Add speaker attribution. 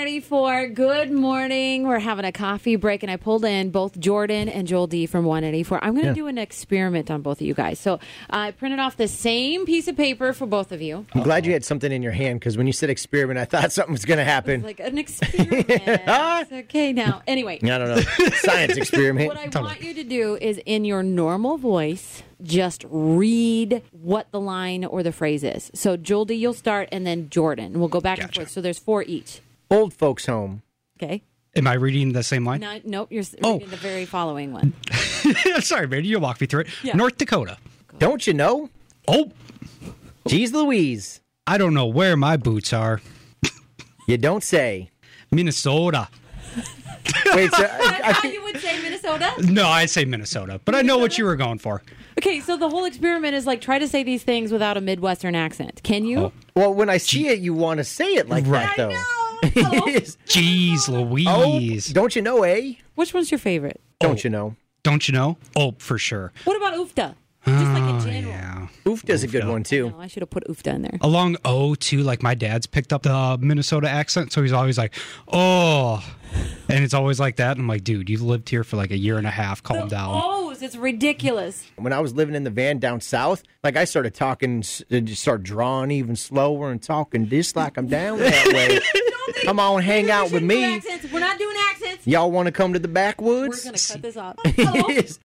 Speaker 1: 184. Good morning. We're having a coffee break, and I pulled in both Jordan and Joel D from 184. I'm going to
Speaker 2: Yeah.
Speaker 1: do an experiment on both of you guys. So I printed off the same piece of paper for both of you.
Speaker 2: I'm glad you had something in your hand because when you said experiment, I thought something was going to happen.
Speaker 1: Like an experiment. It's okay, now. Anyway,
Speaker 2: I don't know. Science experiment.
Speaker 1: what I want you to do is in your normal voice, just read what the line or the phrase is. So Joel D, you'll start, and then Jordan. We'll go back and forth. So there's four each.
Speaker 2: Old folks home.
Speaker 1: Okay.
Speaker 3: Am I reading the same line?
Speaker 1: No, nope, you're s-
Speaker 3: Oh.
Speaker 1: reading the very following one.
Speaker 3: Sorry, man. You walk me through it.
Speaker 1: Yeah.
Speaker 3: North Dakota.
Speaker 2: Don't you know?
Speaker 3: Oh,
Speaker 2: Jeez Louise.
Speaker 3: I don't know where my boots are.
Speaker 2: You don't say.
Speaker 3: Minnesota.
Speaker 2: Wait, so I,
Speaker 1: I thought you would say Minnesota.
Speaker 3: No, I say Minnesota, but I know what you were going for.
Speaker 1: Okay, so the whole experiment is like try to say these things without a Midwestern accent. Can you?
Speaker 3: Oh.
Speaker 2: well, when I see it, you want to say it like
Speaker 3: Right.
Speaker 2: that, though.
Speaker 1: Oh.
Speaker 2: Yes.
Speaker 3: Jeez Louise.
Speaker 2: Oh, don't you know, eh?
Speaker 1: Which one's your favorite?
Speaker 2: Don't you know?
Speaker 3: Don't you know? Oh, for sure.
Speaker 1: What about oofta? Just
Speaker 2: Oh,
Speaker 1: like in general.
Speaker 3: Yeah.
Speaker 2: Oof does a good one, too.
Speaker 1: No, I should have put oofta in there.
Speaker 3: Along O too, like my dad's picked up the Minnesota accent, so he's always like, "Oh," and it's always like that. And I'm like, "Dude, you've lived here for like a year and a half. Calm down."
Speaker 1: Ohs, it's ridiculous.
Speaker 2: When I was living in the van down south, like I started talking, s- and just started drawing even slower and talking just like I'm down that way. Come on, hang out with me.
Speaker 1: Accents. We're not doing accents.
Speaker 2: Y'all want to come to the
Speaker 1: We're
Speaker 2: backwoods?
Speaker 1: gonna cut this off.
Speaker 2: Yes.